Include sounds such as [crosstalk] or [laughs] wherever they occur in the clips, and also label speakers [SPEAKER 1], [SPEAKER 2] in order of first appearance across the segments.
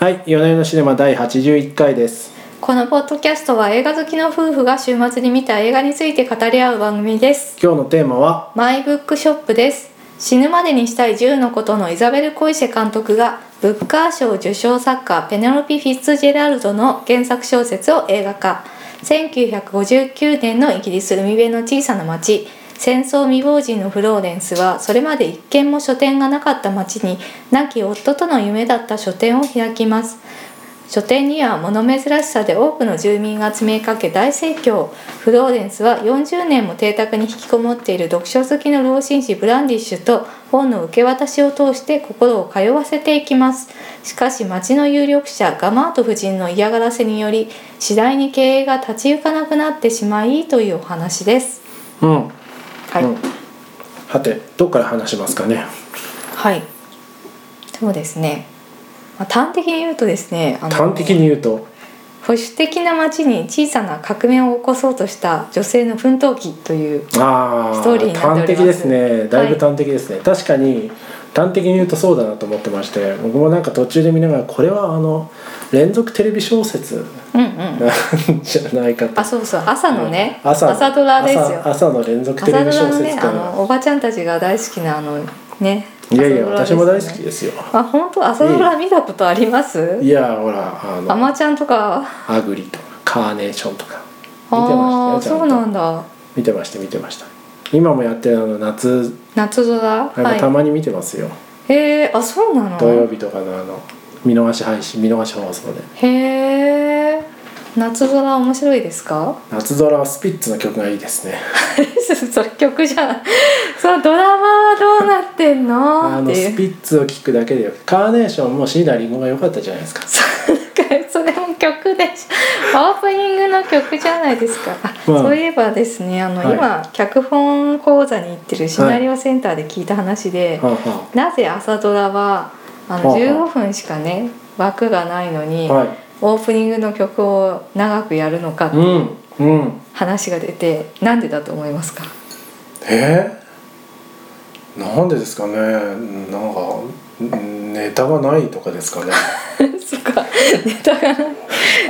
[SPEAKER 1] はい、夜な夜なシネマ第81回です。
[SPEAKER 2] このポッドキャストは映画好きの夫婦が週末に見た映画について語り合う番組です
[SPEAKER 1] 今日のテーマは、
[SPEAKER 2] マイブックショップです死ぬまでにしたい10のことのイザベル・コイシェ監督がブッカー賞受賞作家ペネロピ・フィッツジェラルドの原作小説を映画化1959年のイギリス海辺の小さな町戦争未亡人のフローレンスはそれまで一軒も書店がなかった町に亡き夫との夢だった書店を開きます書店には物珍しさで多くの住民が詰めかけ大盛況フローレンスは40年も邸宅に引きこもっている読書好きの老紳士ブランディッシュと本の受け渡しを通して心を通わせていきますしかし町の有力者ガマート夫人の嫌がらせにより次第に経営が立ち行かなくなってしまいというお話です
[SPEAKER 1] うん、
[SPEAKER 2] はい、
[SPEAKER 1] うんはて、どっから話しますかね。
[SPEAKER 2] はいそうですね、まあ、端的に言うとですねあの
[SPEAKER 1] 端的に言うと、
[SPEAKER 2] 保守的な町に小さな革命を起こそうとした女性の奮闘記という
[SPEAKER 1] ああ、
[SPEAKER 2] ストーリーになっております
[SPEAKER 1] 端的ですね。だいぶ
[SPEAKER 2] はい
[SPEAKER 1] 端的ですね。確かに端的に言うとそうだなと思ってまして、僕もなんか途中で見ながらこれはあの連続テレビ小説
[SPEAKER 2] うんうん
[SPEAKER 1] なんじゃないかと
[SPEAKER 2] あ。そうそう朝のね、
[SPEAKER 1] 朝の
[SPEAKER 2] ドラですよ
[SPEAKER 1] 朝朝の連続テレ
[SPEAKER 2] 朝
[SPEAKER 1] ビ
[SPEAKER 2] ドラ
[SPEAKER 1] 小説
[SPEAKER 2] のね
[SPEAKER 1] と
[SPEAKER 2] あ
[SPEAKER 1] いうのは
[SPEAKER 2] のおばちゃんたちが大好きなあのね
[SPEAKER 1] いやいや、私
[SPEAKER 2] 朝
[SPEAKER 1] も
[SPEAKER 2] ドラ
[SPEAKER 1] 大
[SPEAKER 2] です
[SPEAKER 1] 好
[SPEAKER 2] よ
[SPEAKER 1] き
[SPEAKER 2] ね
[SPEAKER 1] ですよ。
[SPEAKER 2] あ本当朝ドラ見たことあります
[SPEAKER 1] いやほらあ
[SPEAKER 2] あ
[SPEAKER 1] の
[SPEAKER 2] まちゃんとか
[SPEAKER 1] アグリとかカーネーションとか見て
[SPEAKER 2] あ
[SPEAKER 1] ま
[SPEAKER 2] あ
[SPEAKER 1] したよ
[SPEAKER 2] そ
[SPEAKER 1] ちゃ
[SPEAKER 2] うんな
[SPEAKER 1] と
[SPEAKER 2] んだ
[SPEAKER 1] 見てました見てました今もやってるあの夏
[SPEAKER 2] 夏ドラ
[SPEAKER 1] なんかた
[SPEAKER 2] は
[SPEAKER 1] まに見てますよ、
[SPEAKER 2] いへえあそうな
[SPEAKER 1] 土曜
[SPEAKER 2] の
[SPEAKER 1] 日とかのあの見逃し配信見逃し放送で
[SPEAKER 2] へえ夏ドラ面白いですか
[SPEAKER 1] 夏ドラはスピッツの曲がいいですね
[SPEAKER 2] [laughs] それ曲じゃんそのドラマはどうなってんの
[SPEAKER 1] あ
[SPEAKER 2] って
[SPEAKER 1] の
[SPEAKER 2] い
[SPEAKER 1] ス
[SPEAKER 2] う
[SPEAKER 1] ピッツを聴くだけでよカーネーションもシーダリンゴが良かったじゃないですか
[SPEAKER 2] なん [laughs] かそれも曲でしょオープニングの曲じゃないですか、あ
[SPEAKER 1] まあ
[SPEAKER 2] そういえばですねあの、
[SPEAKER 1] はい
[SPEAKER 2] 今脚本講座に行ってるシナリオセンターで聞いた話で、
[SPEAKER 1] はあは
[SPEAKER 2] なぜ朝ドラはあ
[SPEAKER 1] は
[SPEAKER 2] の
[SPEAKER 1] あは
[SPEAKER 2] 15
[SPEAKER 1] あ
[SPEAKER 2] 分しかね枠がないの
[SPEAKER 1] あ
[SPEAKER 2] に、
[SPEAKER 1] はい
[SPEAKER 2] オープニングの曲を長くやるのかって
[SPEAKER 1] うんうん
[SPEAKER 2] 話が出て、なんでだと思いますか
[SPEAKER 1] えー、なんでですかねなんかんネタがないとかです
[SPEAKER 2] [laughs]
[SPEAKER 1] かね
[SPEAKER 2] そっか [laughs] ネタがない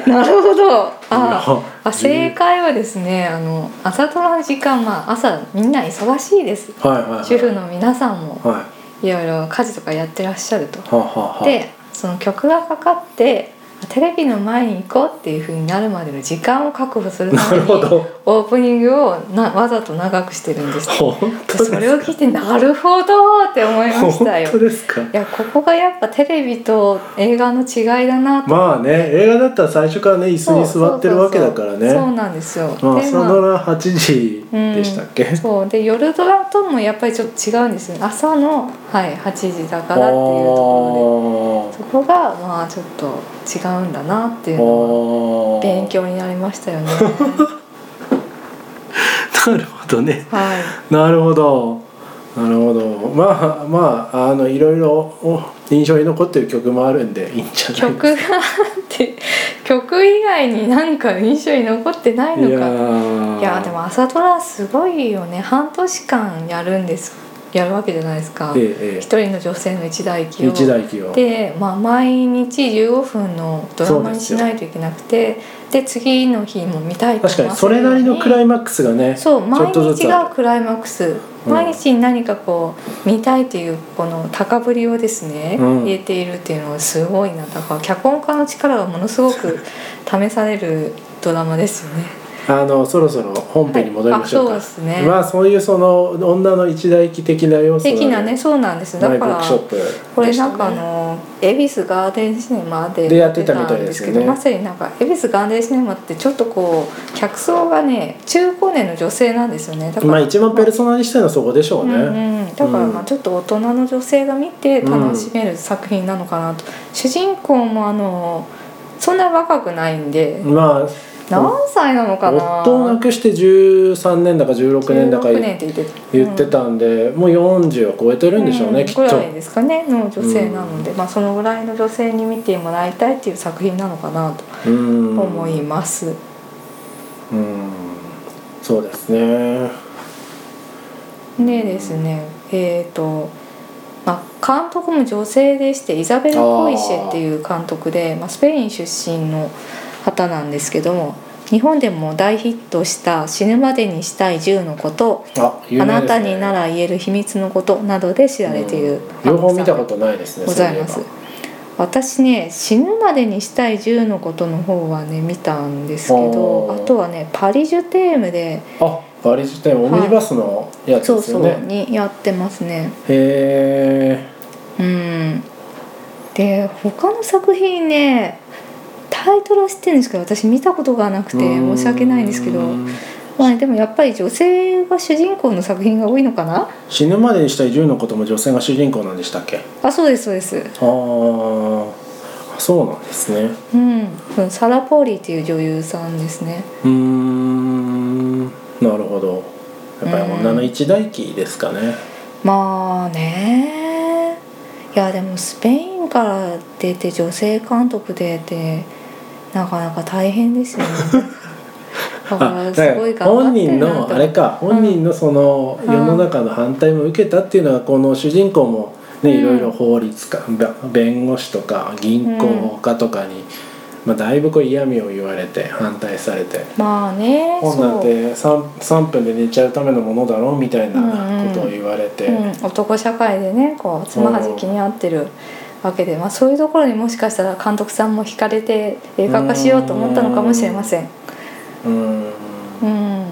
[SPEAKER 2] なるほどあ
[SPEAKER 1] いや
[SPEAKER 2] あ正解はですねあの朝ドラの時間まあ朝みんな忙しいです
[SPEAKER 1] はいはいはい
[SPEAKER 2] 主婦の皆さんも
[SPEAKER 1] はい
[SPEAKER 2] いろいろ家事とかやってらっしゃると
[SPEAKER 1] はあはあはあ
[SPEAKER 2] でその曲がかかってテレビの前に行こうっていう風になるまでの時間を確保するた
[SPEAKER 1] な
[SPEAKER 2] め
[SPEAKER 1] る
[SPEAKER 2] に
[SPEAKER 1] ほど
[SPEAKER 2] オープニングをなわざと長くしてるんです
[SPEAKER 1] [laughs] 本
[SPEAKER 2] で
[SPEAKER 1] 当です
[SPEAKER 2] それを聞いてなるほどって思いましたよ
[SPEAKER 1] 本当ですか
[SPEAKER 2] いやここがやっぱテレビと映画の違いだなと
[SPEAKER 1] まあね映画だったら最初からね椅子に座ってるわけだからね
[SPEAKER 2] そうそうそうそうなんですよ、
[SPEAKER 1] まあ
[SPEAKER 2] で
[SPEAKER 1] 朝
[SPEAKER 2] ま
[SPEAKER 1] ド
[SPEAKER 2] あ
[SPEAKER 1] ラ8時でしたっけ、
[SPEAKER 2] そうで夜ドラともやっぱりちょっと違うんですよね朝の、はい、8時だ
[SPEAKER 1] あ
[SPEAKER 2] からっていうとこ
[SPEAKER 1] ー
[SPEAKER 2] ろでそこがまあちょっと違うんだなっていうのは
[SPEAKER 1] あー
[SPEAKER 2] 勉強になりました
[SPEAKER 1] [laughs]
[SPEAKER 2] よね
[SPEAKER 1] なるほどね
[SPEAKER 2] はい
[SPEAKER 1] なるほどなるほどまあまああのいろいろお印象に残ってる曲もあるんでいいんじゃない
[SPEAKER 2] 曲があって曲以外になんか印象に残ってないの
[SPEAKER 1] いや
[SPEAKER 2] か
[SPEAKER 1] ー
[SPEAKER 2] いやでも朝ドラすごいよね半年間やるんですやるわけじゃないですか
[SPEAKER 1] えええ
[SPEAKER 2] 一人の女性の一代記
[SPEAKER 1] え
[SPEAKER 2] を
[SPEAKER 1] 一大企業
[SPEAKER 2] で、まあ、毎日15分のドラマにしないといけなくてで次の日も見たいと
[SPEAKER 1] 確か
[SPEAKER 2] 思
[SPEAKER 1] に
[SPEAKER 2] わ
[SPEAKER 1] そ
[SPEAKER 2] せる
[SPEAKER 1] れなりのクラ
[SPEAKER 2] イ
[SPEAKER 1] イマックスがね
[SPEAKER 2] そう
[SPEAKER 1] ちょ
[SPEAKER 2] 毎
[SPEAKER 1] っとず
[SPEAKER 2] 日
[SPEAKER 1] つある
[SPEAKER 2] がクライマックス、
[SPEAKER 1] うん
[SPEAKER 2] 毎日に何かこう見たいというこの高ぶりをですね、
[SPEAKER 1] うん
[SPEAKER 2] 入れているっていうのはすごいなだから脚本家の力がものすごく試されるドラマですよね。
[SPEAKER 1] あのそろそろ本編に戻りましょうか、
[SPEAKER 2] はいあそうですね
[SPEAKER 1] まあそういうその女の一大記的な要素
[SPEAKER 2] 的なねそうなんです
[SPEAKER 1] マ
[SPEAKER 2] だ
[SPEAKER 1] イブ
[SPEAKER 2] か
[SPEAKER 1] ック
[SPEAKER 2] ら
[SPEAKER 1] ショップでしたね、
[SPEAKER 2] これなんかあの恵比寿ガーデンシネマで
[SPEAKER 1] でやってたみたいですよね
[SPEAKER 2] やってたんけどまさになんか恵比寿ガーデンシネマってちょっとこう客層がね中高年の女性なんですよねだから、
[SPEAKER 1] まあ一番ペルソナにしたいのはそこでしょうね、
[SPEAKER 2] うんうん、だからま
[SPEAKER 1] う
[SPEAKER 2] あ
[SPEAKER 1] ん
[SPEAKER 2] ちょっと大人の女性が見て楽しめる作品なのかなと、主人公もあのそんな若くないんで、
[SPEAKER 1] まあ
[SPEAKER 2] 何歳なのかな
[SPEAKER 1] 夫を亡くして13年だか16年だか
[SPEAKER 2] 16年って言ってた
[SPEAKER 1] 言ってたんで、もう40は超えてるんでしょうね、
[SPEAKER 2] ん
[SPEAKER 1] きっ
[SPEAKER 2] ぐら
[SPEAKER 1] と
[SPEAKER 2] いですかねの女性なので、まあそのぐらいの女性に見てもらいたいっていう作品なのかな
[SPEAKER 1] う
[SPEAKER 2] と
[SPEAKER 1] ん
[SPEAKER 2] 思います、
[SPEAKER 1] うんそうですね
[SPEAKER 2] でですねえっ、と、まあ、監督も女性でしてイザベル・コイシェっていう監督でまあ、スペイン出身の方なんですけども日本でも大ヒットした「死ぬまでにしたい10のこと」
[SPEAKER 1] あ有
[SPEAKER 2] あ
[SPEAKER 1] 名
[SPEAKER 2] な
[SPEAKER 1] です
[SPEAKER 2] た
[SPEAKER 1] ね
[SPEAKER 2] になら言える秘密のこと」などで知られている
[SPEAKER 1] うん両方見たことないですね
[SPEAKER 2] ございます
[SPEAKER 1] そうえば
[SPEAKER 2] 私ね「死ぬまでにしたい10のこと」の方はね見たんですけど
[SPEAKER 1] おー
[SPEAKER 2] あとはね「パリ・ジュテームで」
[SPEAKER 1] あバリ自体オムニバスのやつ
[SPEAKER 2] そう
[SPEAKER 1] です
[SPEAKER 2] そ
[SPEAKER 1] よ
[SPEAKER 2] う
[SPEAKER 1] ね、
[SPEAKER 2] にやってますね
[SPEAKER 1] へ
[SPEAKER 2] うんで他の作品ねタイトルは知ってるんですけど私見たことがなく
[SPEAKER 1] え
[SPEAKER 2] て申し訳ないんですけど
[SPEAKER 1] うん
[SPEAKER 2] まあでもやっぱり女性が主人公の作品が多いのかな
[SPEAKER 1] 死ぬまでにしたい銃のことも女性が主人公なんでしたっけあ
[SPEAKER 2] あそうですそうです
[SPEAKER 1] ーあそうなんですね
[SPEAKER 2] うんうんサラ・ポーリーっていう女優さんですね
[SPEAKER 1] うーんなるほどやっぱり女の一大忌ですかね
[SPEAKER 2] まあねいやでもスペインから出て女性監督でってなかなか大変ですよ
[SPEAKER 1] [laughs]
[SPEAKER 2] ねだからすごい
[SPEAKER 1] だから
[SPEAKER 2] 頑張
[SPEAKER 1] 本
[SPEAKER 2] ってる
[SPEAKER 1] 人
[SPEAKER 2] なと
[SPEAKER 1] のあれか本人のその
[SPEAKER 2] うん
[SPEAKER 1] 世の中の反対も受けたっていうのはこの主人公もね、
[SPEAKER 2] うん
[SPEAKER 1] いろいろ法律家べ弁護士とか銀行家とかに、まあ、だいぶこう嫌味を言われて反対されて
[SPEAKER 2] まあね
[SPEAKER 1] 本なんて 3, 3分で寝ちゃうためのものだろうみたいなことを言われて、
[SPEAKER 2] そう、うん、男社会でねこうつまはじきに合ってるわけで、まあ、そういうところにもしかしたら監督さんも惹かれて映画化しようと思ったのかもしれません
[SPEAKER 1] うん
[SPEAKER 2] うん、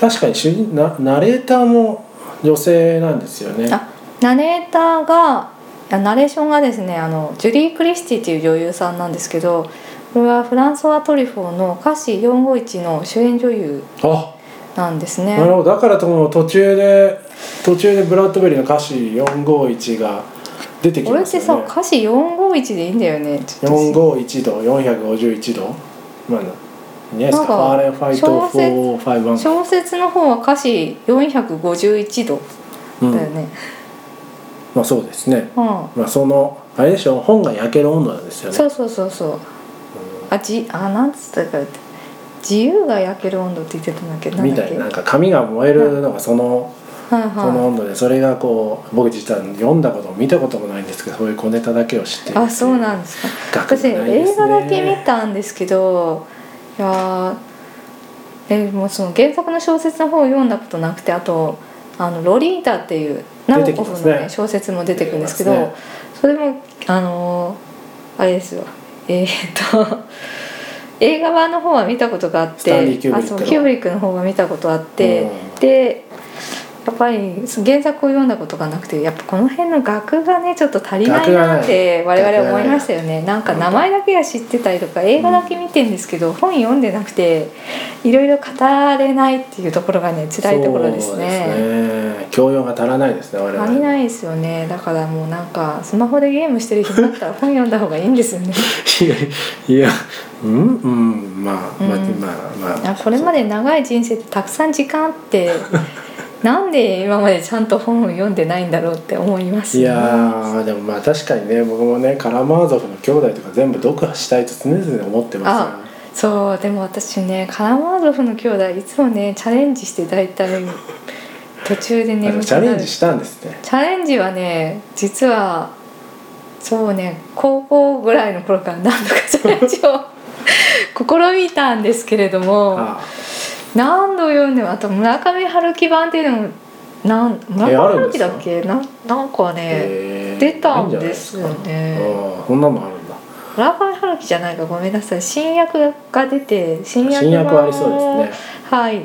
[SPEAKER 1] 確かに主人ナナレーターも女性なんですよね。
[SPEAKER 2] あナレーターがいやナレーションがですねあのジュリー・クリスティっていう女優さんなんですけどこれはフランソワ・トリフォーの「歌詞451」の主演女優
[SPEAKER 1] あ
[SPEAKER 2] なんですね
[SPEAKER 1] なるほどだからとも途中で途中でブラッドベリーの歌詞451が出てき
[SPEAKER 2] これ
[SPEAKER 1] ま
[SPEAKER 2] っ
[SPEAKER 1] す
[SPEAKER 2] て
[SPEAKER 1] よ
[SPEAKER 2] さ
[SPEAKER 1] ね
[SPEAKER 2] 歌詞451でいいんだよねちょっと
[SPEAKER 1] 451度451度まあいいんじゃないです
[SPEAKER 2] なん
[SPEAKER 1] か
[SPEAKER 2] か
[SPEAKER 1] ファーレンファイ
[SPEAKER 2] 小説
[SPEAKER 1] ト451
[SPEAKER 2] 小説の方は歌詞451度
[SPEAKER 1] う
[SPEAKER 2] だよ
[SPEAKER 1] ん
[SPEAKER 2] ね、
[SPEAKER 1] まあそうですね
[SPEAKER 2] うん
[SPEAKER 1] まあそのあれでしょ本が焼ける温度なんですよね
[SPEAKER 2] そうそうそうそうあじあなんつったかって自由が焼ける温度って言ってたんだっけ
[SPEAKER 1] うんみたいなな
[SPEAKER 2] な
[SPEAKER 1] んん
[SPEAKER 2] だっ
[SPEAKER 1] か紙が燃えるのがその
[SPEAKER 2] けはい
[SPEAKER 1] その
[SPEAKER 2] は
[SPEAKER 1] 温度でそれがこう僕実は読んだことも見たこともないんですけどそういう小ネタだけを知ってい
[SPEAKER 2] い
[SPEAKER 1] る
[SPEAKER 2] あそうな
[SPEAKER 1] で
[SPEAKER 2] んですか
[SPEAKER 1] す学
[SPEAKER 2] 私
[SPEAKER 1] がないで
[SPEAKER 2] 映
[SPEAKER 1] すね
[SPEAKER 2] 画だけ見たんですけどいやーえもうその原作の小説の方を読んだことなくてあと「あのロリータ」っていうナボコフ
[SPEAKER 1] 出てきま
[SPEAKER 2] の、ね
[SPEAKER 1] すね
[SPEAKER 2] 小説も出てくるんですけど
[SPEAKER 1] 出てきま
[SPEAKER 2] それもあのーあれですよえーっと [laughs] 映画版の方は見たことがあっ
[SPEAKER 1] スタンリ
[SPEAKER 2] て
[SPEAKER 1] ーキューブ
[SPEAKER 2] あ
[SPEAKER 1] リック
[SPEAKER 2] そ
[SPEAKER 1] の
[SPEAKER 2] うキューブリックの方は見たことあって、
[SPEAKER 1] うん
[SPEAKER 2] でやっぱり原作を読んだことがなくてやっぱこの辺の額がねちょっと足りないなって
[SPEAKER 1] 額がない
[SPEAKER 2] 我々思いましたよねなんか名前だけは知ってたりとか映画だけ見てんですけど、本読んでなくていろいろ語れないっていうところがね辛いところです
[SPEAKER 1] そう
[SPEAKER 2] ね。
[SPEAKER 1] ですね教養が足らないですね我々
[SPEAKER 2] 足りないですよねだからもうなんかスマホでゲームしてる暇だったら本読んだ方がいいんですよ
[SPEAKER 1] [laughs]
[SPEAKER 2] ね
[SPEAKER 1] いや [laughs] いやうんうんまあまあ、
[SPEAKER 2] うん
[SPEAKER 1] まあまあ
[SPEAKER 2] あこれまで長い人生でたくさん時間あって
[SPEAKER 1] [laughs]
[SPEAKER 2] なんで今までちゃんと本を読んでないんだろうって思います
[SPEAKER 1] い
[SPEAKER 2] よね。
[SPEAKER 1] やーでもまあ確かにね僕もねカラマーゾフの兄弟とか全部読破したいと常々思ってます
[SPEAKER 2] あそうでも私ねカラマーゾフの兄弟いつもねチャレンジして大体途中
[SPEAKER 1] よあ
[SPEAKER 2] で
[SPEAKER 1] で
[SPEAKER 2] 眠
[SPEAKER 1] も
[SPEAKER 2] く
[SPEAKER 1] チャレ
[SPEAKER 2] な
[SPEAKER 1] ン
[SPEAKER 2] る
[SPEAKER 1] ジしたんですね
[SPEAKER 2] チャレンジはね実はそうね高校ぐらいの頃から何度かチャレンジを試みたんですけれども
[SPEAKER 1] あ
[SPEAKER 2] 何度読んでもあと村上春樹版っていうのもなん村上
[SPEAKER 1] えあるん
[SPEAKER 2] 春
[SPEAKER 1] で
[SPEAKER 2] 樹
[SPEAKER 1] すか
[SPEAKER 2] だっけなんなんかね
[SPEAKER 1] へー
[SPEAKER 2] 出たんですよ
[SPEAKER 1] いいん
[SPEAKER 2] ね
[SPEAKER 1] じゃないですかあーそんなのあるんだ
[SPEAKER 2] 村上春樹じゃないかごめんなさい新訳が出て新訳版を
[SPEAKER 1] 新薬はありそうですね
[SPEAKER 2] はい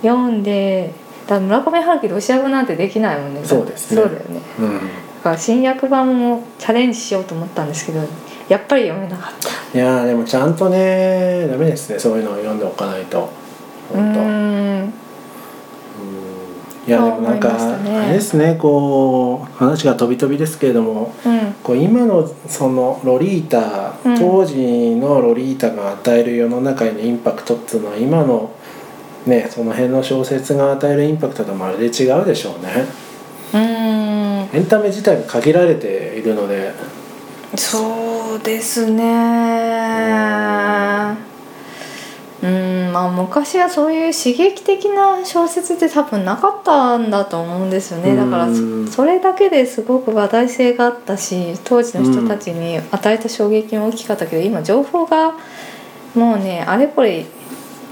[SPEAKER 2] 読んでだ村上春樹ロシア語なんてできないもんね
[SPEAKER 1] そうですね
[SPEAKER 2] そうだよね
[SPEAKER 1] うん
[SPEAKER 2] だから新訳版もチャレンジしようと思ったんですけどやっぱり読めなかった
[SPEAKER 1] いやーでもちゃんとねダメですねそういうのを読んでおかないと
[SPEAKER 2] う
[SPEAKER 1] 本当
[SPEAKER 2] ーん
[SPEAKER 1] いやでもなん
[SPEAKER 2] そ
[SPEAKER 1] か、
[SPEAKER 2] う思いましたね
[SPEAKER 1] あれですねこう話が飛び飛びですけれども
[SPEAKER 2] うん
[SPEAKER 1] こう今のそのロリータ、
[SPEAKER 2] うん
[SPEAKER 1] 当時のロリータが与える世の中へのインパクトっていうのは今のねその辺の小説が与えるインパクトとまるで違うでしょうね
[SPEAKER 2] うーん
[SPEAKER 1] エンタメ自体が限られているので
[SPEAKER 2] そうですねうーんまあ昔はそういう刺激的な小説って多分なかったんだと思うんですよねだから
[SPEAKER 1] うん
[SPEAKER 2] そそれだけですごく話題性があったし当時の人たちに与えた衝撃も大きかったけど今情報がもうねあれこれ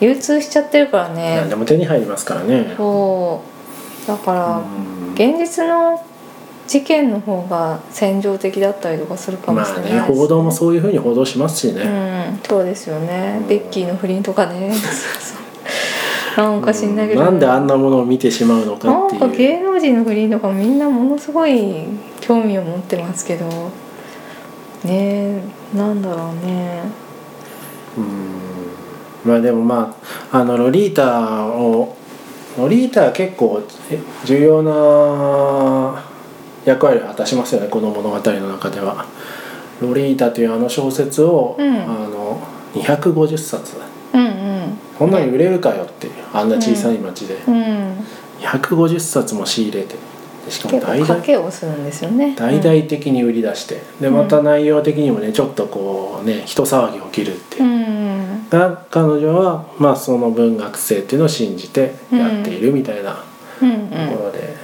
[SPEAKER 2] 流通しちゃってるから
[SPEAKER 1] 何
[SPEAKER 2] ね
[SPEAKER 1] でも手に入りますからね
[SPEAKER 2] そうだか
[SPEAKER 1] う
[SPEAKER 2] ら
[SPEAKER 1] ん
[SPEAKER 2] 現実の事件の方が戦場的だったりとかするかもし
[SPEAKER 1] ま
[SPEAKER 2] れ
[SPEAKER 1] あ
[SPEAKER 2] ない
[SPEAKER 1] ね報道もそういうふうに報道しますしね、
[SPEAKER 2] うん、そうですよね、
[SPEAKER 1] うん
[SPEAKER 2] ベッキーの不倫とか
[SPEAKER 1] [laughs]
[SPEAKER 2] ねなんか知んないけど、
[SPEAKER 1] なんであんなものを見てしまうのかって
[SPEAKER 2] なんか
[SPEAKER 1] いう
[SPEAKER 2] 芸能人の不倫とかみんなものすごい興味を持ってますけどねえなんだろうね
[SPEAKER 1] うんまあでもまああのロリータをロリータは結構え重要な役割を果たしますよねこの物語の中では。ロリータというあの小説を、
[SPEAKER 2] うん
[SPEAKER 1] あの250冊
[SPEAKER 2] うん
[SPEAKER 1] こんなに売れるかよっていうあんな小さい町で
[SPEAKER 2] うんうん
[SPEAKER 1] 250冊も仕入れてでしかも
[SPEAKER 2] 結構
[SPEAKER 1] 大々
[SPEAKER 2] 賭けをするんですよね
[SPEAKER 1] 大々的に売り出してでまた内容的にもねちょっとこうね人騒ぎ起きるっていう
[SPEAKER 2] う。ん
[SPEAKER 1] が彼女は、まあ、その文学性っていうのを信じてやっているみたいな
[SPEAKER 2] うん
[SPEAKER 1] ところで、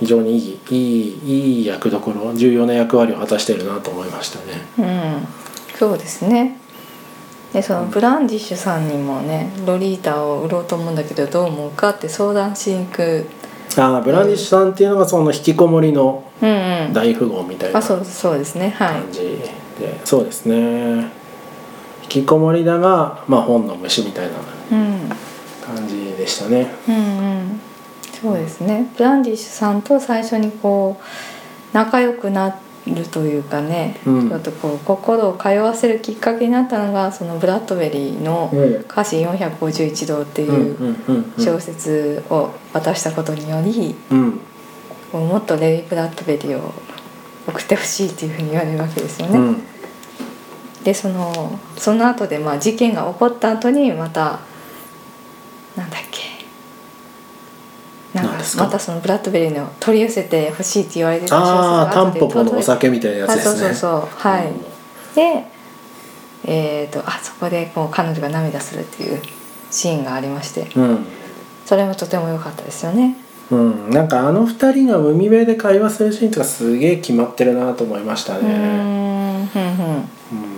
[SPEAKER 1] 非常にいいいいいい役どころ重要な役割を果たしてるなと思いましたね。
[SPEAKER 2] うんうんそうですねでそのブランディッシュさんにもねロリータを売ろうと思うんだけどどう思うかって相談しに行く
[SPEAKER 1] ああブランディッシュさんっていうのがその引きこもりの
[SPEAKER 2] うんうん
[SPEAKER 1] 大富豪みたいな
[SPEAKER 2] あ
[SPEAKER 1] 感
[SPEAKER 2] そうそうですねはい
[SPEAKER 1] じで、そうですね引きこもりだが、まあ、本の虫みたいな
[SPEAKER 2] うん
[SPEAKER 1] 感じでしたね。
[SPEAKER 2] うんうんそうですねブランディッシュさんと最初にこう仲良くなるというかね、
[SPEAKER 1] うん
[SPEAKER 2] ちょっとこう心を通わせるきっかけになったのがそのブラッドベリーの
[SPEAKER 1] うん
[SPEAKER 2] 「歌詞451度」って
[SPEAKER 1] うんう
[SPEAKER 2] いうん
[SPEAKER 1] うんうん
[SPEAKER 2] 小説を渡したことにより
[SPEAKER 1] うん
[SPEAKER 2] こうもっとレイ・ブラッドベリーを送ってほしいっていうふうに言われるわけですよ
[SPEAKER 1] う
[SPEAKER 2] ね。
[SPEAKER 1] ん
[SPEAKER 2] でそのその後でまあ事件が起こった後にまたなんだっけなん
[SPEAKER 1] 何
[SPEAKER 2] か
[SPEAKER 1] ですか
[SPEAKER 2] またそのブラッドベリーの取り寄せてほしいって言われてた
[SPEAKER 1] ああタ
[SPEAKER 2] 小
[SPEAKER 1] ン
[SPEAKER 2] 説が
[SPEAKER 1] ポポ
[SPEAKER 2] 後で
[SPEAKER 1] のお酒みたいなやつですね。
[SPEAKER 2] あそうそうそうは
[SPEAKER 1] う
[SPEAKER 2] い、
[SPEAKER 1] ん
[SPEAKER 2] でえー、とあそこでこう彼女が涙するっていうシーンがありまして
[SPEAKER 1] うん、
[SPEAKER 2] それもとても良かったですよね
[SPEAKER 1] うん、なんかあの二人が海辺で会話するシーンとかすげえ決まってるなと思いました
[SPEAKER 2] うー
[SPEAKER 1] ね、
[SPEAKER 2] んふんふん
[SPEAKER 1] う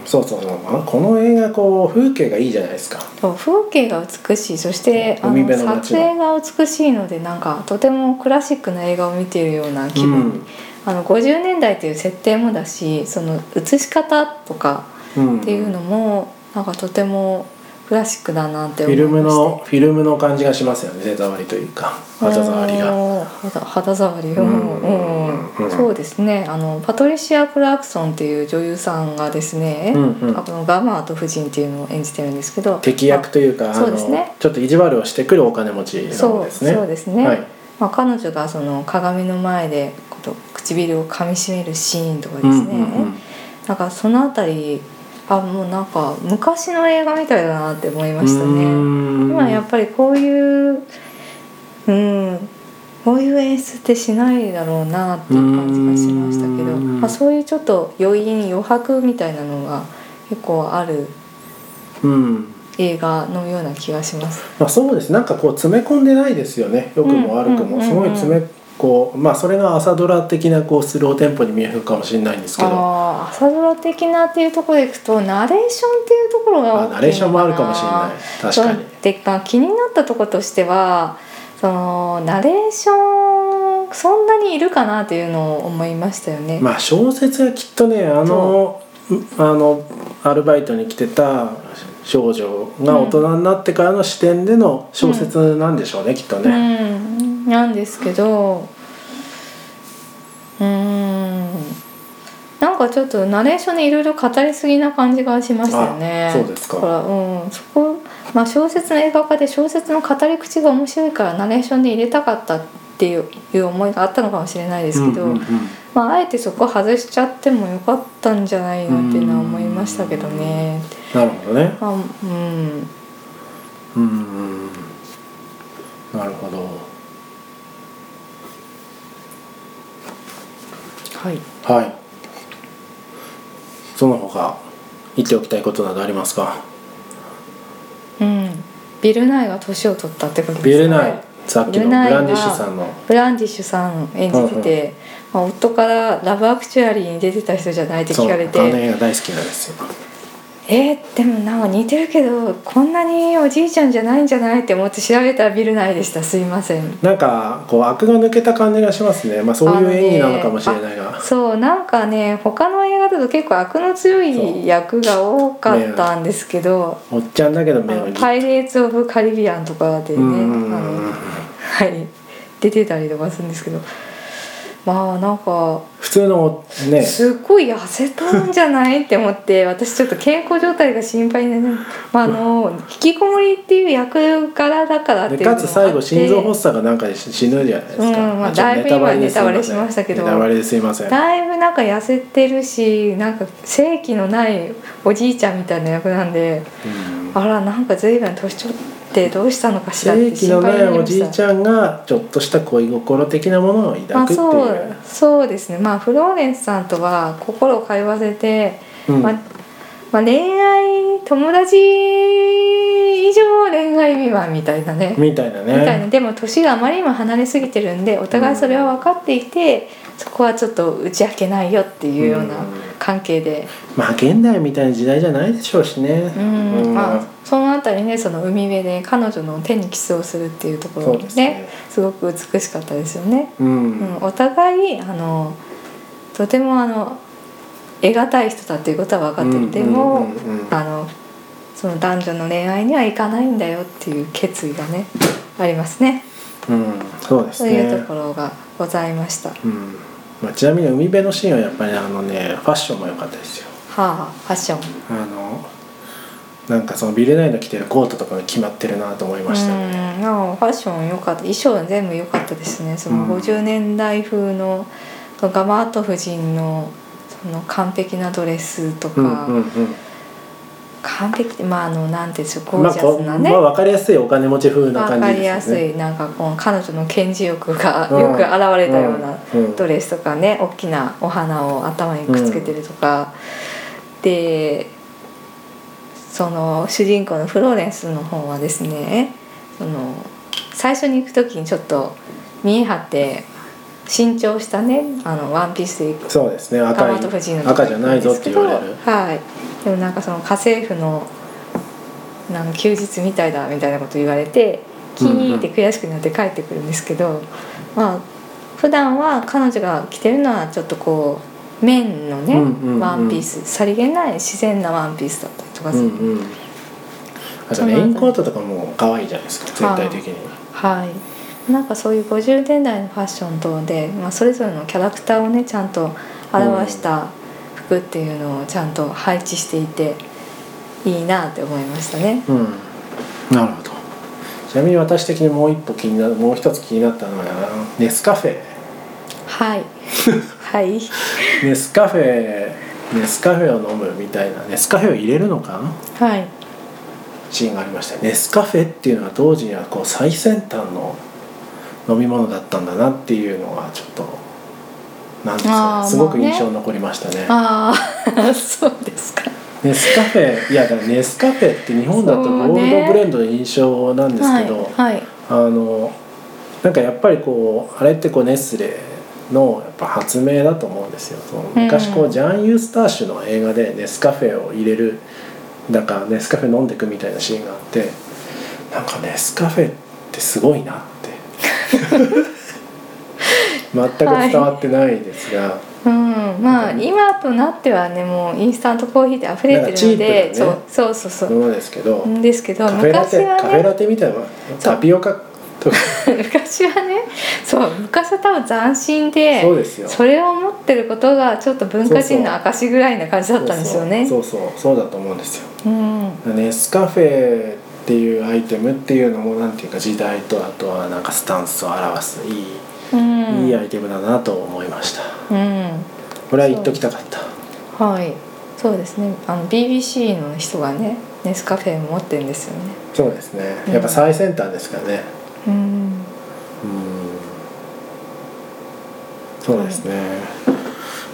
[SPEAKER 1] ん、そうそうそうあのこの映画こう風景がいいじゃないですか
[SPEAKER 2] そう風景が美しいそしてあ
[SPEAKER 1] 海
[SPEAKER 2] の
[SPEAKER 1] 辺の街
[SPEAKER 2] 撮
[SPEAKER 1] の
[SPEAKER 2] 影が美しいのでなんかとてもクラシックな映画を見ているような気分、
[SPEAKER 1] うん
[SPEAKER 2] あの50年代という設定もだしその写し方とか
[SPEAKER 1] うん
[SPEAKER 2] っていうのも、なんかとてもクラシックだなって
[SPEAKER 1] フ
[SPEAKER 2] 思
[SPEAKER 1] ィ
[SPEAKER 2] い
[SPEAKER 1] ル
[SPEAKER 2] ま
[SPEAKER 1] ム
[SPEAKER 2] した
[SPEAKER 1] のフィルムの感じがしますよね手触りというか肌触りが
[SPEAKER 2] おー肌肌触りが、
[SPEAKER 1] う
[SPEAKER 2] うんん
[SPEAKER 1] うん
[SPEAKER 2] そうですねあのパトリシア・クラークソンっていう女優さんがですね、
[SPEAKER 1] うんうん
[SPEAKER 2] あこのガマート夫人っていうのを演じてるんですけど
[SPEAKER 1] 敵役というか、
[SPEAKER 2] あ
[SPEAKER 1] あ
[SPEAKER 2] そう
[SPEAKER 1] の
[SPEAKER 2] ですね
[SPEAKER 1] ちょっと意地悪をしてくるお金持ちな
[SPEAKER 2] そ
[SPEAKER 1] ん
[SPEAKER 2] う
[SPEAKER 1] ですね
[SPEAKER 2] そうですね、
[SPEAKER 1] はい
[SPEAKER 2] まあ、彼女がその鏡の前でこと唇を噛みしめるシーンとかですね、
[SPEAKER 1] うんうんうん
[SPEAKER 2] なんかそのあたりあもうなんか昔の映画みたいだなって思いました
[SPEAKER 1] う
[SPEAKER 2] ね
[SPEAKER 1] ーん
[SPEAKER 2] 今やっぱりこういううんこういう演出ってしないだろうなっていう感じがしましたけど、
[SPEAKER 1] うん
[SPEAKER 2] まあ、そういうちょっと余韻余白みたいなのが結構ある
[SPEAKER 1] うん
[SPEAKER 2] 映画のような気がします。
[SPEAKER 1] まあ、そうですなんかこう詰め込んでないですよね良くも悪くも、
[SPEAKER 2] うんうんうんうん
[SPEAKER 1] すごい詰めこうまあそれが朝ドラ的なこうスローテンポに見えるかもしれないんですけど
[SPEAKER 2] ああ朝ドラ的なっていうところでいくとナレーションっていうところが
[SPEAKER 1] あ
[SPEAKER 2] 大きいのかな
[SPEAKER 1] ナレーションもあるかもしれない確かに
[SPEAKER 2] そうでまあ気になったところとしてはそのナレーションそんなにいるかなっていうのを思いましたよね。
[SPEAKER 1] まあ小説はきっとねあのあのアルバイトに来てた少女が大人になってからの視点での小説なんでしょうね、きっと
[SPEAKER 2] う
[SPEAKER 1] ね、
[SPEAKER 2] んなんですけどうーんなんかちょっとナレーションでいろいろ語りすぎな感じがしましたよね
[SPEAKER 1] あ。そうですか
[SPEAKER 2] だらうんそこまあ小説の映画化で小説の語り口が面白いからナレーションで入れたかったっていういう思いがあったのかもしれないですけど、
[SPEAKER 1] うんうんうん
[SPEAKER 2] まああえてそこ外しちゃってもよかったんじゃないのっていうのは思いましたけどね。
[SPEAKER 1] なるほどね
[SPEAKER 2] まあうん
[SPEAKER 1] うんうんなるほど
[SPEAKER 2] はい。
[SPEAKER 1] はいその他言っておきたいことなどありますか
[SPEAKER 2] うんビル・ナイが年を取ったってことです
[SPEAKER 1] ビルナイさっき
[SPEAKER 2] ビ
[SPEAKER 1] の
[SPEAKER 2] ル
[SPEAKER 1] ブ
[SPEAKER 2] ナイが
[SPEAKER 1] ランディッシュさんの
[SPEAKER 2] ブランディッシュさん演じてて、まあ、夫から「ラブ・アクチュアリー」に出てた人じゃないって
[SPEAKER 1] そ
[SPEAKER 2] 聞
[SPEAKER 1] う
[SPEAKER 2] か
[SPEAKER 1] あ
[SPEAKER 2] れ
[SPEAKER 1] の
[SPEAKER 2] て
[SPEAKER 1] 映画大好きなんですよ
[SPEAKER 2] 「えー、でもなんか似てるけどこんなにおじいちゃんじゃないんじゃない?」って思って調べたらビル・ナイでしたすいません。
[SPEAKER 1] なんかこう悪が抜けた感じがしますねまあそういう演技なのかもしれないが、
[SPEAKER 2] そうなんかね他の映画だと結構悪の強い役が多かったんですけど
[SPEAKER 1] おっちゃんだけど
[SPEAKER 2] 「あ
[SPEAKER 1] 目を
[SPEAKER 2] の
[SPEAKER 1] ギ
[SPEAKER 2] パイレーツ・オブ・カリビアン」とかで
[SPEAKER 1] う
[SPEAKER 2] ねあ
[SPEAKER 1] ん
[SPEAKER 2] のはい出てたりとかするんですけどまあなんか
[SPEAKER 1] 普通のね
[SPEAKER 2] すっごい痩せたんじゃないって思
[SPEAKER 1] [laughs]
[SPEAKER 2] って私ちょっと健康状態が心配で、ねまあ、あの引きこもりっていう役柄だからってい
[SPEAKER 1] で
[SPEAKER 2] うのもあ
[SPEAKER 1] か
[SPEAKER 2] って
[SPEAKER 1] つ最後心臓発作がなんかで死ぬじゃないですか、
[SPEAKER 2] うんまあ
[SPEAKER 1] ちょっと
[SPEAKER 2] だいぶ
[SPEAKER 1] ネタバレ
[SPEAKER 2] 今
[SPEAKER 1] ですいせん
[SPEAKER 2] ネタバレしましたけど
[SPEAKER 1] ネタバレですいません
[SPEAKER 2] だいぶなんか痩せてるしなんか性器のないおじいちゃんみたいな役なんで
[SPEAKER 1] うん
[SPEAKER 2] あらなんか随分年取ってどうしたのかしらっ
[SPEAKER 1] 正
[SPEAKER 2] て
[SPEAKER 1] 規
[SPEAKER 2] 心
[SPEAKER 1] の
[SPEAKER 2] 配
[SPEAKER 1] な
[SPEAKER 2] に
[SPEAKER 1] い
[SPEAKER 2] なり
[SPEAKER 1] お
[SPEAKER 2] ま
[SPEAKER 1] じ
[SPEAKER 2] し
[SPEAKER 1] いち
[SPEAKER 2] た。
[SPEAKER 1] ゃんがちょっとした恋心的なものを抱くっていう、
[SPEAKER 2] まあ、そうそうですねまあフローレンスさんとは心を通わせて、
[SPEAKER 1] うん
[SPEAKER 2] まあまあ、恋愛友達以上恋愛未満みたいなね
[SPEAKER 1] みたいなね
[SPEAKER 2] みたいなでも年があまりにも離れすぎてるんでお互いそれは分かっていて、そこはちょっと打ち明けないよっていうような関係で、
[SPEAKER 1] まあ現代みたいな時代じゃないでしょうしね
[SPEAKER 2] うん
[SPEAKER 1] うん
[SPEAKER 2] まあ、そのあたりねその海辺で彼女の手にキスをするっていうところ
[SPEAKER 1] そう
[SPEAKER 2] も
[SPEAKER 1] で
[SPEAKER 2] ね
[SPEAKER 1] す
[SPEAKER 2] す
[SPEAKER 1] ね
[SPEAKER 2] ごく美しかったですよね。
[SPEAKER 1] うん
[SPEAKER 2] うん、お互いあのとてもあの得難い人だっていうことは分かっていても、
[SPEAKER 1] うんうんうんうん
[SPEAKER 2] あのその男女の恋愛にはいかないんだよっていう決意がねありますね。
[SPEAKER 1] うんそうです
[SPEAKER 2] そう
[SPEAKER 1] ね
[SPEAKER 2] いうところがございました。は
[SPEAKER 1] うんまあ、ちなみに海辺のシーンはやっぱりあのねファッションも良かったですよ
[SPEAKER 2] あ、ファッション。
[SPEAKER 1] あのなんかそのビルナイの着てるコートとかが決まってるなと思いましたね
[SPEAKER 2] うんなんかファッション良かった衣装全部良かったですねその
[SPEAKER 1] うん
[SPEAKER 2] 50年代風の、そのガマート夫人のその完璧なドレスとか、
[SPEAKER 1] うんうんうん
[SPEAKER 2] 完璧ってまああのなんていうんでしょうゴ
[SPEAKER 1] ま
[SPEAKER 2] ー
[SPEAKER 1] あ
[SPEAKER 2] ジ
[SPEAKER 1] こ [laughs]
[SPEAKER 2] ャ
[SPEAKER 1] う
[SPEAKER 2] ス
[SPEAKER 1] ま
[SPEAKER 2] な
[SPEAKER 1] あ
[SPEAKER 2] ね、
[SPEAKER 1] 分かりやすいお金持ち風な
[SPEAKER 2] わ
[SPEAKER 1] 感
[SPEAKER 2] か
[SPEAKER 1] じ
[SPEAKER 2] りや
[SPEAKER 1] です
[SPEAKER 2] す
[SPEAKER 1] よね
[SPEAKER 2] いなんかこの彼女の顕示欲が
[SPEAKER 1] うん
[SPEAKER 2] よく現れたような
[SPEAKER 1] うんうん
[SPEAKER 2] ドレスとかね大きなお花を頭にくっつけてるとか、でその主人公のフローレンスの方はですねその最初に行く時にちょっと見え張って新調したねあのワンピースで行く
[SPEAKER 1] そうですね
[SPEAKER 2] 赤
[SPEAKER 1] 赤い
[SPEAKER 2] 本夫人のとこ
[SPEAKER 1] 赤じゃないぞって言われる
[SPEAKER 2] 行くんですけどはいでもなんかその家政婦のなんか休日みたいだみたいなこと言われてキーって悔しくなって帰ってくるんですけど、まあ普段は彼女が着てるのはちょっとこう綿のね、
[SPEAKER 1] うんうんうん
[SPEAKER 2] ワンピースさりげない自然なワンピースだったりとか
[SPEAKER 1] う
[SPEAKER 2] する、
[SPEAKER 1] んうんあとレインコートとかも可愛いじゃないですか全体的に
[SPEAKER 2] はいなんかそういう50年代のファッション等で、まあ、それぞれのキャラクターをねちゃんと表した服っていうのをちゃんと配置していていいなって思いましたね。
[SPEAKER 1] うんなるほどちなみに私的にもう一歩気になもう一つ気になったのはネスカフェ
[SPEAKER 2] はい [laughs] はい
[SPEAKER 1] ネスカフェネスカフェを飲むみたいなネスカフェを入れるのかな
[SPEAKER 2] はい
[SPEAKER 1] シーンがありましたネスカフェっていうのは当時にはこう最先端の飲み物だったんだなっていうのがちょっとなんですか
[SPEAKER 2] あー
[SPEAKER 1] ねすごく
[SPEAKER 2] まあね
[SPEAKER 1] 印象に残りましたね,、
[SPEAKER 2] ああ [laughs] そうですか。
[SPEAKER 1] ネスカフェいやだからネスカフェって日本だとゴールドブレンドの印象なんですけど、
[SPEAKER 2] はい、はい、
[SPEAKER 1] あのなんかやっぱりこうあれってこうネスレのやっぱ発明だと思うんですよその昔こ
[SPEAKER 2] う
[SPEAKER 1] うんジャン・ユースターシュの映画でネスカフェを入れるなんかネスカフェ飲んでくみたいなシーンがあってなんかネスカフェってすごいなって
[SPEAKER 2] [laughs]
[SPEAKER 1] 全く伝わってないですが、
[SPEAKER 2] うんまあ今となってはねもうインスタントコーヒーで溢れてるの
[SPEAKER 1] なんかチー
[SPEAKER 2] で、
[SPEAKER 1] プ
[SPEAKER 2] そ
[SPEAKER 1] な
[SPEAKER 2] う
[SPEAKER 1] ね
[SPEAKER 2] そうそうそう、
[SPEAKER 1] ものですけど、
[SPEAKER 2] ん、ですけど
[SPEAKER 1] カフェラ
[SPEAKER 2] 昔
[SPEAKER 1] テ、
[SPEAKER 2] はね
[SPEAKER 1] カフェラテみたいなタピオカとか
[SPEAKER 2] [laughs] 昔はねそう昔は多分斬新で
[SPEAKER 1] そうですよ
[SPEAKER 2] それを持ってることがちょっと文化人の証ぐらいな感じだったんですよね
[SPEAKER 1] そうそうそうそうそうだと思うんですよ
[SPEAKER 2] うん
[SPEAKER 1] ネスカフェっていうアイテムっていうのもなんていうか時代とあとはなんかスタンスを表すいい、
[SPEAKER 2] うん
[SPEAKER 1] いいアイテムだなと思いました
[SPEAKER 2] うん
[SPEAKER 1] これは言っときたかった
[SPEAKER 2] はいそうですねあの BBC の人がねネスカフェ持ってるんですよね
[SPEAKER 1] そうですね
[SPEAKER 2] うん
[SPEAKER 1] やっぱ最先端ですからね
[SPEAKER 2] うん
[SPEAKER 1] うんそうですね、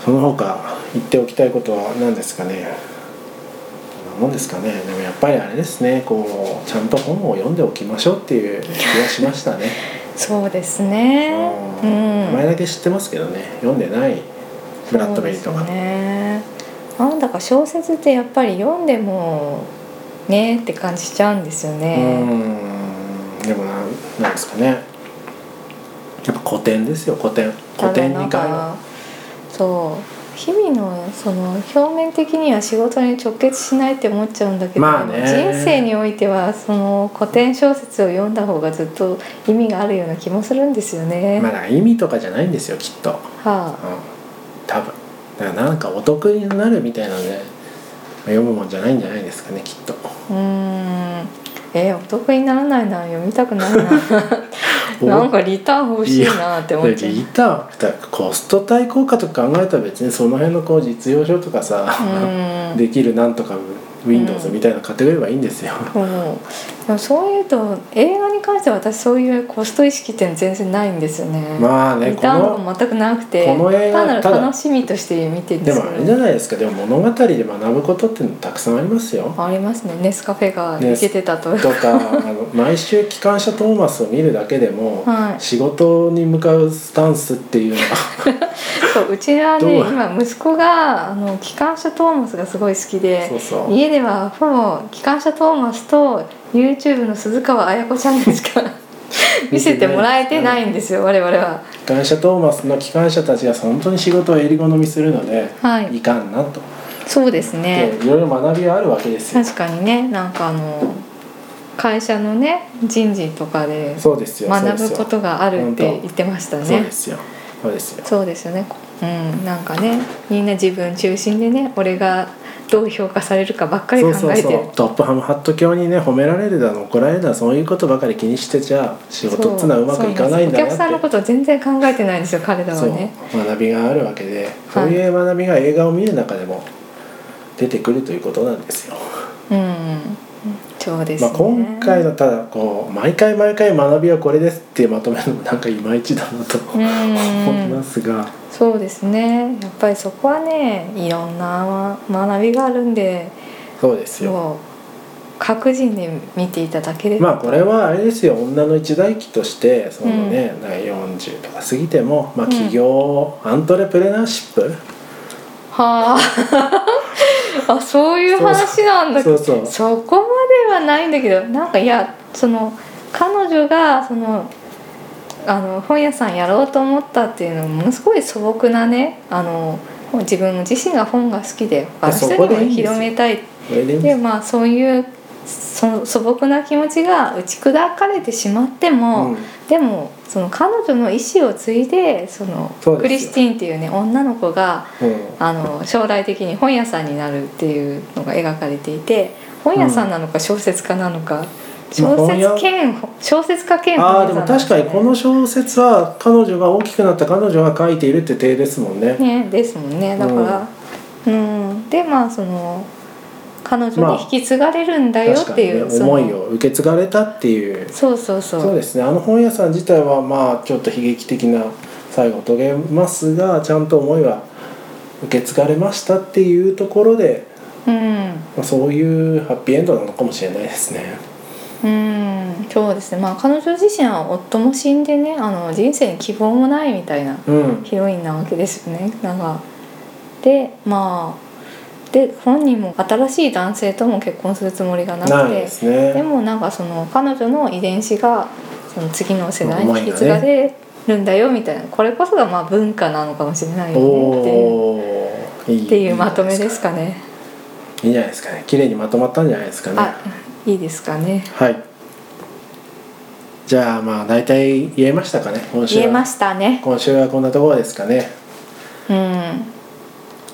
[SPEAKER 1] その他言っておきたいことは何ですかねもんですかねでもやっぱりあれですねこうちゃんと本を読んでおきましょうっていう気がしましたね、
[SPEAKER 2] [laughs] そうですねう
[SPEAKER 1] うん
[SPEAKER 2] ん
[SPEAKER 1] 名前だけ知ってますけどね読んでないブラッドベリーと
[SPEAKER 2] そ
[SPEAKER 1] か、
[SPEAKER 2] うですねなんだか小説ってやっぱり読んでもねって感じしちゃうんですよね、
[SPEAKER 1] うんでもなんなんですかねやっぱ古典ですよ古典古
[SPEAKER 2] ただ
[SPEAKER 1] 典
[SPEAKER 2] な
[SPEAKER 1] に
[SPEAKER 2] ん
[SPEAKER 1] 関
[SPEAKER 2] かそう日々のその表面的には仕事に直結しないって思っちゃうんだけど、
[SPEAKER 1] まあね
[SPEAKER 2] 人生においてはその古典小説を読んだ方がずっと意味があるような気もするんですよね、
[SPEAKER 1] まだ意味とかじゃないんですよきっと、うん、
[SPEAKER 2] はあ、
[SPEAKER 1] 多分だからなんかお得になるみたいなので読むもんじゃないんじゃないですかねきっと
[SPEAKER 2] うーんえー、お得にならないな読みたくない
[SPEAKER 1] [laughs]
[SPEAKER 2] ななんかリターン欲しいなって思っちゃう
[SPEAKER 1] ギターだからコスト対効果とか考えたら別にその辺のこう実用書とかさ、
[SPEAKER 2] うん
[SPEAKER 1] できるなんとか Windows みたいなの買ってくればいいんですよ、
[SPEAKER 2] うんでもそういうと映画に関しては私そういうコスト意識って全然ないんですよね。
[SPEAKER 1] まあね
[SPEAKER 2] リターンとかも全くなくて
[SPEAKER 1] この映画
[SPEAKER 2] 単なる
[SPEAKER 1] ただ
[SPEAKER 2] 楽しみとして見てるんで
[SPEAKER 1] ですも
[SPEAKER 2] よ
[SPEAKER 1] あれじゃないですかでも物語で学ぶことってたくさんありますよ
[SPEAKER 2] ありますねネスカフェがいけてた [laughs] と。
[SPEAKER 1] とかあの毎週機関車トーマスを見るだけでも、
[SPEAKER 2] はい
[SPEAKER 1] 仕事に向かうスタンスっていうのが
[SPEAKER 2] そううちは
[SPEAKER 1] どう
[SPEAKER 2] ね今息子があの機関車トーマスがすごい好きで
[SPEAKER 1] そうそう
[SPEAKER 2] 家ではほぼ機関車トーマスと YouTube の鈴川綾子ちゃんで
[SPEAKER 1] [laughs]
[SPEAKER 2] しか見せてもらえてないんですよ我々は。
[SPEAKER 1] 機関車トーマスの機関車たちが本当に仕事を襟好みするので、
[SPEAKER 2] はい
[SPEAKER 1] いかんなと、
[SPEAKER 2] そうですね。
[SPEAKER 1] でいろいろ学びはあるわけですよ
[SPEAKER 2] 確かにねなんかあの会社のね人事とかで
[SPEAKER 1] そうですよ
[SPEAKER 2] 学ぶことがあるって
[SPEAKER 1] 本当
[SPEAKER 2] 言ってました
[SPEAKER 1] そう
[SPEAKER 2] ね
[SPEAKER 1] で。すよそうですよ
[SPEAKER 2] そうですよね。うん、なんかねみんな自分中心でね俺がどう評価されるかばっかり
[SPEAKER 1] そう
[SPEAKER 2] 考
[SPEAKER 1] そう
[SPEAKER 2] えて
[SPEAKER 1] そ
[SPEAKER 2] る
[SPEAKER 1] うトップハムハット教にね褒められるだの怒られるだのそういうことばかり気にしてじゃあ仕事ってのはうまくいかないんだ
[SPEAKER 2] そう
[SPEAKER 1] な
[SPEAKER 2] お
[SPEAKER 1] って
[SPEAKER 2] 客さんのことを全然考えてないんですよ彼らは
[SPEAKER 1] そう
[SPEAKER 2] ね。
[SPEAKER 1] 学びがあるわけで、そういう学びが映画を見る中でも出てくるということなんですよ。
[SPEAKER 2] うんそうです
[SPEAKER 1] まあ、
[SPEAKER 2] ね。
[SPEAKER 1] 今回のただこう毎回毎回学びはこれですってまとめるのもなんかいまいちだなと
[SPEAKER 2] う
[SPEAKER 1] 思
[SPEAKER 2] ん
[SPEAKER 1] いますが、
[SPEAKER 2] そうですねやっぱりそこはねいろんな学びがあるんで
[SPEAKER 1] そうですよ。
[SPEAKER 2] もう各人で見ていただければ、
[SPEAKER 1] まあこれはあれですよ女の一大期としてそのね、なんか40とか過ぎても、まあ、
[SPEAKER 2] うん
[SPEAKER 1] 起業、アントレプレナーシップ
[SPEAKER 2] はあ [laughs] あそういう話なんだけ
[SPEAKER 1] そ
[SPEAKER 2] ど
[SPEAKER 1] うそう
[SPEAKER 2] そこまではないんだけどなんかいやその彼女がそのあの本屋さんやろうと思ったっていうのものすごい素朴なねあの自分自身が本が好きで他の人に
[SPEAKER 1] そこでいい
[SPEAKER 2] も
[SPEAKER 1] んですよ
[SPEAKER 2] 広めたいって
[SPEAKER 1] これでいいんで
[SPEAKER 2] ですまあそういうそ素朴な気持ちが打ち砕かれてしまって
[SPEAKER 1] う
[SPEAKER 2] も、
[SPEAKER 1] ん
[SPEAKER 2] でもその彼女の意思を継いでその
[SPEAKER 1] そうですよ
[SPEAKER 2] クリスティーンっていうね女の子が
[SPEAKER 1] うん
[SPEAKER 2] あの将来的に本屋さんになるっていうのが描かれていて本屋さんなのか小説家なのか、小
[SPEAKER 1] 本屋
[SPEAKER 2] 説兼小説家兼
[SPEAKER 1] あ
[SPEAKER 2] 本
[SPEAKER 1] あ
[SPEAKER 2] 屋
[SPEAKER 1] で
[SPEAKER 2] さんな
[SPEAKER 1] も
[SPEAKER 2] んです
[SPEAKER 1] 確
[SPEAKER 2] よ
[SPEAKER 1] かにこの小説は彼女が大きくなった彼女が書いているって体ですもんね。
[SPEAKER 2] ねですもんねだからうん、でまあその彼女に引き継がれるんだよっ
[SPEAKER 1] 確か
[SPEAKER 2] て
[SPEAKER 1] に
[SPEAKER 2] い
[SPEAKER 1] ね
[SPEAKER 2] う、その
[SPEAKER 1] 思いを受け継がれたっていう
[SPEAKER 2] そうそうそう
[SPEAKER 1] そうですねあの本屋さん自体はまあちょっと悲劇的な最後を遂げますがちゃんと思いは受け継がれましたっていうところで、
[SPEAKER 2] うん
[SPEAKER 1] まあ、そういうハッピーエンドなのかもしれないですね。
[SPEAKER 2] うんそうですねまあ彼女自身は夫も死んでねあの人生に希望もないみたいな
[SPEAKER 1] うん、
[SPEAKER 2] ヒロインなわけですよねなんかでまあで本人も新しい男性とも結婚するつもりがな
[SPEAKER 1] ない
[SPEAKER 2] く
[SPEAKER 1] で
[SPEAKER 2] て
[SPEAKER 1] すね。
[SPEAKER 2] でもなんかその彼女の遺伝子がその次の世代に引き継がれるんだよみたいな、これこそがまあ文化なのかもしれないよねっていう
[SPEAKER 1] おーいい
[SPEAKER 2] っていうまとめです
[SPEAKER 1] か。
[SPEAKER 2] かね。
[SPEAKER 1] いいんじゃないですかね。綺麗にまとまったんじゃないですかね。
[SPEAKER 2] あいいですかね。
[SPEAKER 1] はい。じゃあまあ大体言えましたかね。今週は
[SPEAKER 2] 言えましたね。
[SPEAKER 1] 今週はこんなところですかね。
[SPEAKER 2] うん。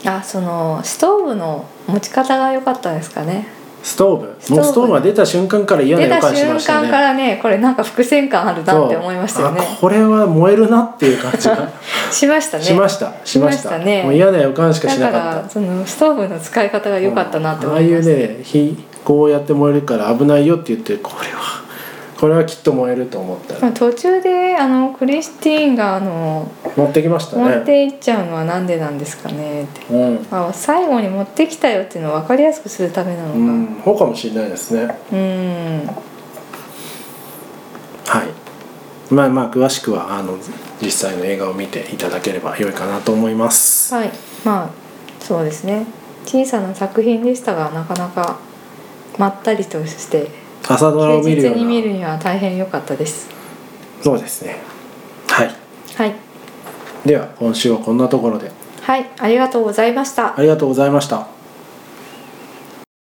[SPEAKER 2] あ、そのストーブの持ち方が良かったですかね。
[SPEAKER 1] ストーブ
[SPEAKER 2] ストーブ
[SPEAKER 1] もうストーブが出た瞬間から嫌な
[SPEAKER 2] 出
[SPEAKER 1] 予
[SPEAKER 2] た
[SPEAKER 1] 感し
[SPEAKER 2] 瞬
[SPEAKER 1] ました
[SPEAKER 2] 間
[SPEAKER 1] ね。
[SPEAKER 2] からね、これなんか伏線感あるなって思いましたよ
[SPEAKER 1] そうあ
[SPEAKER 2] ね。
[SPEAKER 1] これは燃えるなっていう感じが
[SPEAKER 2] しま [laughs] したね。
[SPEAKER 1] しました、しました
[SPEAKER 2] しましたね
[SPEAKER 1] もう嫌な予感しか
[SPEAKER 2] だ
[SPEAKER 1] し
[SPEAKER 2] か
[SPEAKER 1] なかっ
[SPEAKER 2] らそのストーブの使い方が
[SPEAKER 1] た
[SPEAKER 2] 良かったなって
[SPEAKER 1] うん
[SPEAKER 2] 思
[SPEAKER 1] ああ
[SPEAKER 2] い
[SPEAKER 1] い
[SPEAKER 2] ま
[SPEAKER 1] う
[SPEAKER 2] した。
[SPEAKER 1] ね火こうやって燃えるから危ないよって言ってこれはこれはきっと燃えると思った
[SPEAKER 2] まあ途中であのクリスティーンがあの
[SPEAKER 1] 持ってきましたね
[SPEAKER 2] 持っていっちゃうのはなんでなんですかねって、
[SPEAKER 1] うん、
[SPEAKER 2] まあ、最後に持ってきたよっていうのを分かりやすくするためなのか
[SPEAKER 1] うん、そうかもしれないですね
[SPEAKER 2] うん
[SPEAKER 1] はいまあまあ詳しくはあの実際の映画を見ていただければ良いかなと思います
[SPEAKER 2] はいまあそうですね小さな作品でしたがなかなかまったりとして
[SPEAKER 1] 朝ドラ
[SPEAKER 2] 平
[SPEAKER 1] を見る
[SPEAKER 2] 日
[SPEAKER 1] よう
[SPEAKER 2] に
[SPEAKER 1] な
[SPEAKER 2] 見るには大変良かったです
[SPEAKER 1] そうですねはい
[SPEAKER 2] はい
[SPEAKER 1] では今週はこんなところで
[SPEAKER 2] はいありがとうございました
[SPEAKER 1] ありがとうございました